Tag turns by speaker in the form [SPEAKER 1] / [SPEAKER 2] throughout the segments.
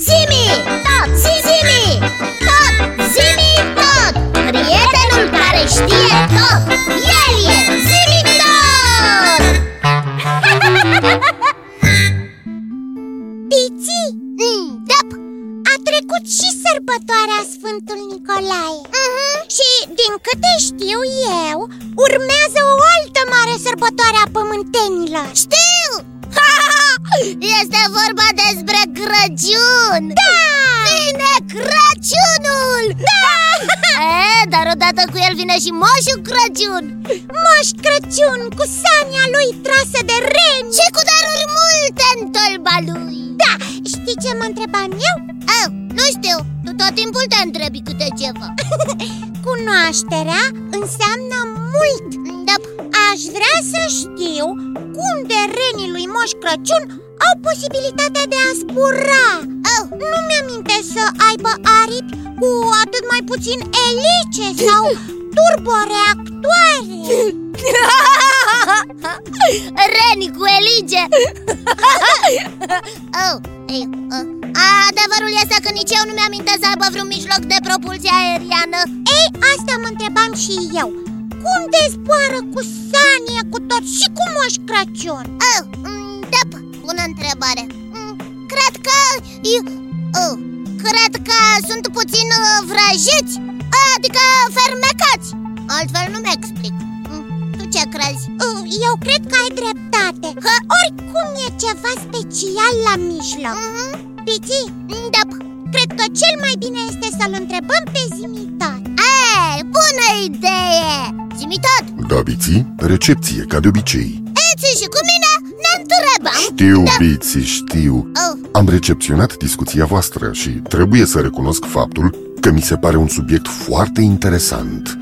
[SPEAKER 1] Zimi, tot, zi, zimi, tot, zimi, tot Prietenul care știe tot, el e zimi tot Tiții, mm, dup. a trecut și sărbătoarea Sfântul Nicolae Și din câte știu eu, urmează o altă mare sărbătoare a pământenilor Știu! Este vorba despre Crăciun Da! Vine Crăciunul! Da! E, dar odată cu el vine și Moșul Crăciun Moș Crăciun cu sania lui trasă de reni Și cu daruri multe în tolba lui Da, știi ce mă întrebam eu? Oh, nu știu, tu tot timpul te întrebi câte ceva Cunoașterea înseamnă mult da. Aș vrea să știu cum de renii lui Moș Crăciun au posibilitatea de a zbura oh. Nu mi-aminte să aibă aripi cu atât mai puțin elice sau turboreactoare Reni cu elige oh, ei, oh. Adevărul este că nici eu nu mi-aminte să aibă vreun mijloc de propulsie aeriană Ei, asta mă întrebam și eu Cum te zboară cu sanie, cu tot și cu moș Crăciun? Oh, da, bună întrebare Mm, Cred că... eu- Oh, cred că sunt puțin uh, vrăjiți Adică fermecați Altfel nu mi-explic Mm, Tu ce crezi? Mm, Eu cred că ai dreptate Că oricum e ceva special la mijloc mm-hmm. Pici? Da, cred că cel mai bine este să-l întrebăm pe Zimitot Ei, bună idee! Zimitot,
[SPEAKER 2] Da, Biții, recepție, ca de obicei.
[SPEAKER 1] eți și cu mine ne întrebăm
[SPEAKER 2] Știu, Biții, știu.
[SPEAKER 1] Oh,
[SPEAKER 2] Am recepționat discuția voastră și trebuie să recunosc faptul că mi se pare un subiect foarte interesant.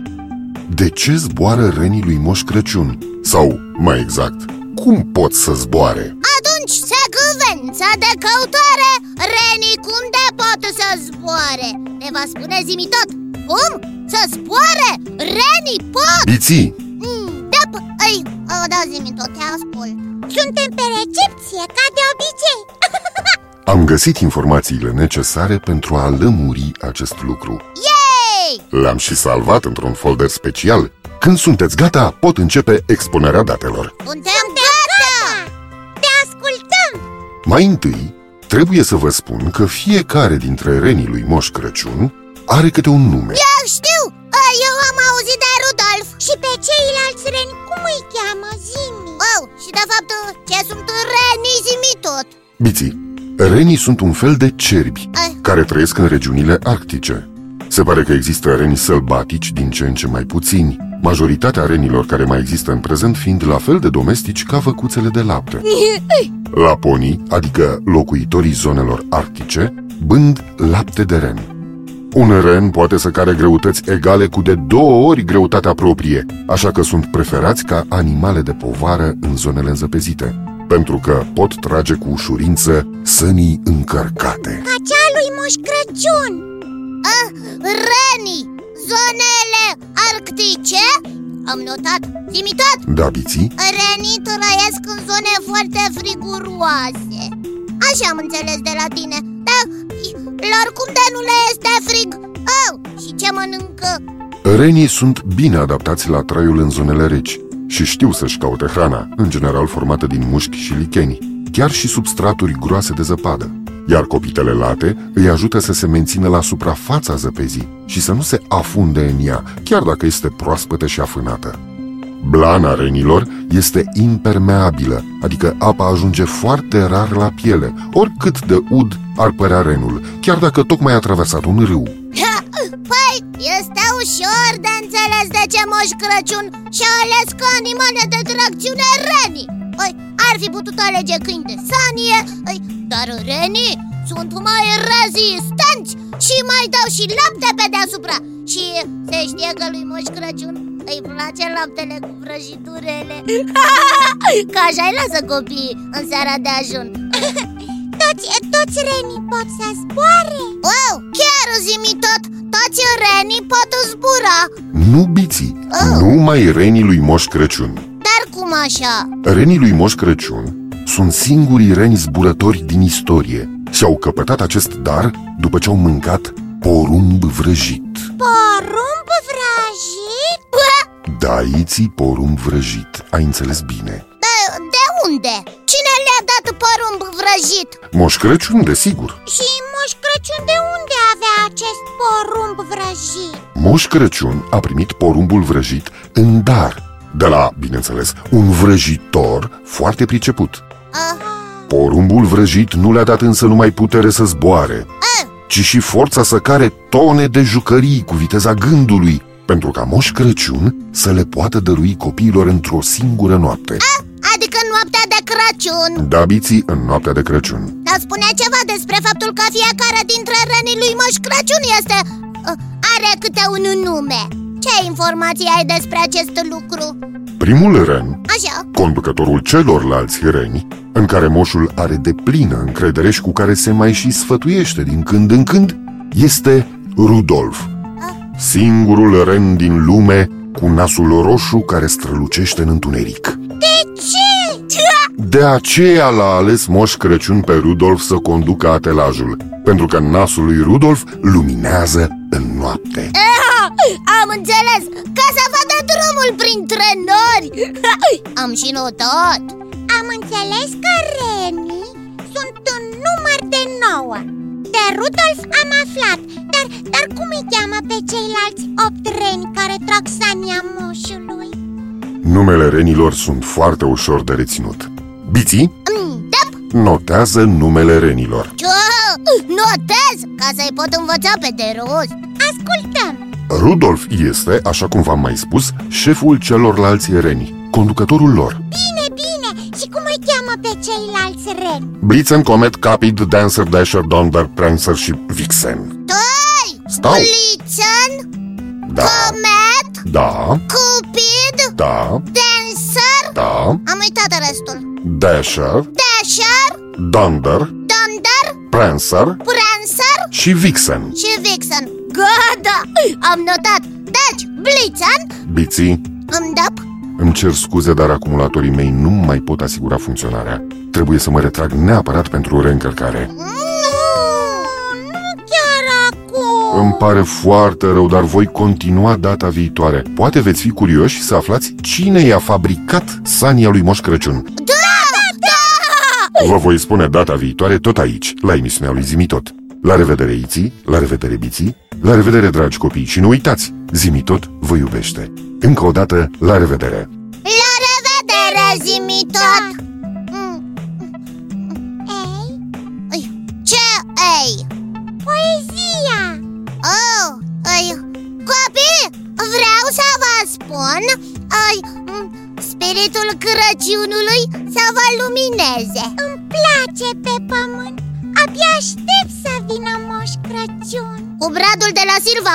[SPEAKER 2] De ce zboară renii lui Moș Crăciun? Sau, mai exact, cum pot să zboare?
[SPEAKER 1] Atunci secvența de căutare Renii cum de pot să zboare? Ne va spune zimi tot Cum? Să zboare? Renii pot?
[SPEAKER 2] Biții,
[SPEAKER 1] Mm, da, p- ei, o, da zimi tot, te ascult Suntem pe recepție, ca de obicei
[SPEAKER 2] am găsit informațiile necesare pentru a lămuri acest lucru.
[SPEAKER 1] Yay!
[SPEAKER 2] L-am și salvat într-un folder special. Când sunteți gata, pot începe expunerea datelor.
[SPEAKER 1] Suntem gata! Te ascultăm!
[SPEAKER 2] Mai întâi, trebuie să vă spun că fiecare dintre renii lui Moș Crăciun are câte un nume.
[SPEAKER 1] Eu Da, știu! Ă, Eu am auzit de Rudolf Și pe ceilalți reni cum îi cheamă? Zimi Oh, și de fapt, ce sunt renii zimi tot?
[SPEAKER 2] Biții, renii sunt un fel de cerbi
[SPEAKER 1] Ai.
[SPEAKER 2] care trăiesc în regiunile arctice. Se pare că există reni sălbatici din ce în ce mai puțini, majoritatea renilor care mai există în prezent fiind la fel de domestici ca văcuțele de lapte. Laponii, adică locuitorii zonelor arctice, bând lapte de ren. Un ren poate să care greutăți egale cu de două ori greutatea proprie, așa că sunt preferați ca animale de povară în zonele înzăpezite, pentru că pot trage cu ușurință sănii încărcate.
[SPEAKER 1] Ca cea lui Moș Crăciun ah, Renii, zonele arctice Am notat, zimi tot
[SPEAKER 2] Dabiții,
[SPEAKER 1] Renii trăiesc în zone foarte friguroase Așa am înțeles de la tine Dar i- lor cum de nu le este frig oh, Și ce mănâncă?
[SPEAKER 2] renii sunt bine adaptați la traiul în zonele reci și știu să-și caute hrana, în general formată din mușchi și licheni, chiar și substraturi groase de zăpadă. Iar copitele late îi ajută să se mențină la suprafața zăpezii și să nu se afunde în ea, chiar dacă este proaspătă și afânată. Blana renilor este impermeabilă, adică apa ajunge foarte rar la piele, oricât de ud ar părea renul, chiar dacă tocmai a traversat un râu.
[SPEAKER 1] Ha, Păi, este ușor de înțeles de ce Moș Crăciun și-a ales ca animale de tracțiune renii Păi, ar fi putut alege câini de sanie ei, Dar renii sunt mai rezistenți și mai dau și lapte pe deasupra Și se știe că lui Moș Crăciun îi place laptele cu prăjiturele Că așa-i lasă copiii în seara de ajun toți, toți renii pot să zboare Wow, chiar zimi tot, toți renii pot zbura
[SPEAKER 2] Nu biții,
[SPEAKER 1] Oh.
[SPEAKER 2] numai renii lui Moș Crăciun.
[SPEAKER 1] Dar cum așa?
[SPEAKER 2] Renii lui Moș Crăciun sunt singurii reni zburători din istorie. Și-au căpătat acest dar după ce au mâncat porumb vrăjit.
[SPEAKER 1] Porumb vrăjit?
[SPEAKER 2] Daiții porumb vrăjit, ai înțeles bine.
[SPEAKER 1] De, da, de unde? Cine le-a dat porumb vrăjit?
[SPEAKER 2] Moș Crăciun, desigur.
[SPEAKER 1] Și Moș Crăciun de unde avea acest porumb vrăjit?
[SPEAKER 2] Moș Crăciun a primit porumbul vrăjit în dar. De la, bineînțeles, un vrăjitor foarte priceput.
[SPEAKER 1] Aha.
[SPEAKER 2] Porumbul vrăjit nu le-a dat însă numai putere să zboare,
[SPEAKER 1] Ah.
[SPEAKER 2] ci și forța să care tone de jucării cu viteza gândului, pentru ca Moș Crăciun să le poată dărui copiilor într-o singură noapte.
[SPEAKER 1] Adică noaptea de Crăciun
[SPEAKER 2] Dabiții în noaptea de Crăciun.
[SPEAKER 1] Dar spunea ceva despre faptul că fiecare dintre rănii lui Moș Crăciun este... uh, Are câte un nume Ce informații ai despre acest lucru?
[SPEAKER 2] Primul ren
[SPEAKER 1] Așa
[SPEAKER 2] conducătorul celorlalți hireni, în care moșul are de plină încredere și cu care se mai și sfătuiește din când în când, este Rudolf, singurul ren din lume cu nasul roșu care strălucește în întuneric.
[SPEAKER 1] De ce?
[SPEAKER 2] De aceea l-a ales Moș Crăciun pe Rudolf să conducă atelajul, pentru că nasul lui Rudolf luminează în noapte.
[SPEAKER 1] Am înțeles Ca să vadă drumul printre nori Am și notat Am înțeles că renii sunt un număr de nouă De Rudolf am aflat Dar, dar cum îi cheamă pe ceilalți opt reni care trag sania moșului?
[SPEAKER 2] Numele renilor sunt foarte ușor de reținut. Biții
[SPEAKER 1] Da,
[SPEAKER 2] notează numele renilor.
[SPEAKER 1] Ce? Notez ca să-i pot învăța pe de rost Ascultăm
[SPEAKER 2] Rudolf este, așa cum v-am mai spus, șeful celorlalți reni, conducătorul lor.
[SPEAKER 1] Bine, bine Și cum îi cheamă pe ceilalți reni?
[SPEAKER 2] Blitzen, Comet, Capid, Dancer, Dasher, Donder, Prancer și Vixen.
[SPEAKER 1] Doi
[SPEAKER 2] Stau.
[SPEAKER 1] Blitzen
[SPEAKER 2] Da,
[SPEAKER 1] Comet
[SPEAKER 2] da,
[SPEAKER 1] Cupid
[SPEAKER 2] da,
[SPEAKER 1] Dancer
[SPEAKER 2] da,
[SPEAKER 1] Am uitat restul
[SPEAKER 2] Dasher,
[SPEAKER 1] Dasher
[SPEAKER 2] Donder,
[SPEAKER 1] Dunder
[SPEAKER 2] Prancer
[SPEAKER 1] Prancer
[SPEAKER 2] și Vixen.
[SPEAKER 1] Și Vixen Gata Am notat Deci Blitzen
[SPEAKER 2] Biții,
[SPEAKER 1] Îmi dă
[SPEAKER 2] îmi cer scuze, dar acumulatorii mei nu mai pot asigura funcționarea. Trebuie să mă retrag neapărat pentru reîncărcare.
[SPEAKER 1] Nu Nu chiar acum
[SPEAKER 2] Îmi pare foarte rău, dar voi continua data viitoare. Poate veți fi curioși să aflați cine i-a fabricat sania lui Moș Crăciun.
[SPEAKER 1] Da, da, da!
[SPEAKER 2] Vă voi spune data viitoare tot aici, la emisiunea lui Zimitot. La revedere, Iții, la revedere, Biții, la revedere, dragi copii și nu uitați, Zimitot vă iubește. Încă o dată, la revedere!
[SPEAKER 1] La revedere, zimi tot! Ei? Ce ei? Poezia! Oh, ei. Copii, vreau să vă spun ei, m, Spiritul Crăciunului să vă lumineze Îmi place pe pământ Abia aștept să vină Moș Crăciun Cu bradul de la Silva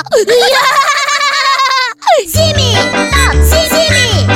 [SPEAKER 1] Zimi, tot, zimi, zimi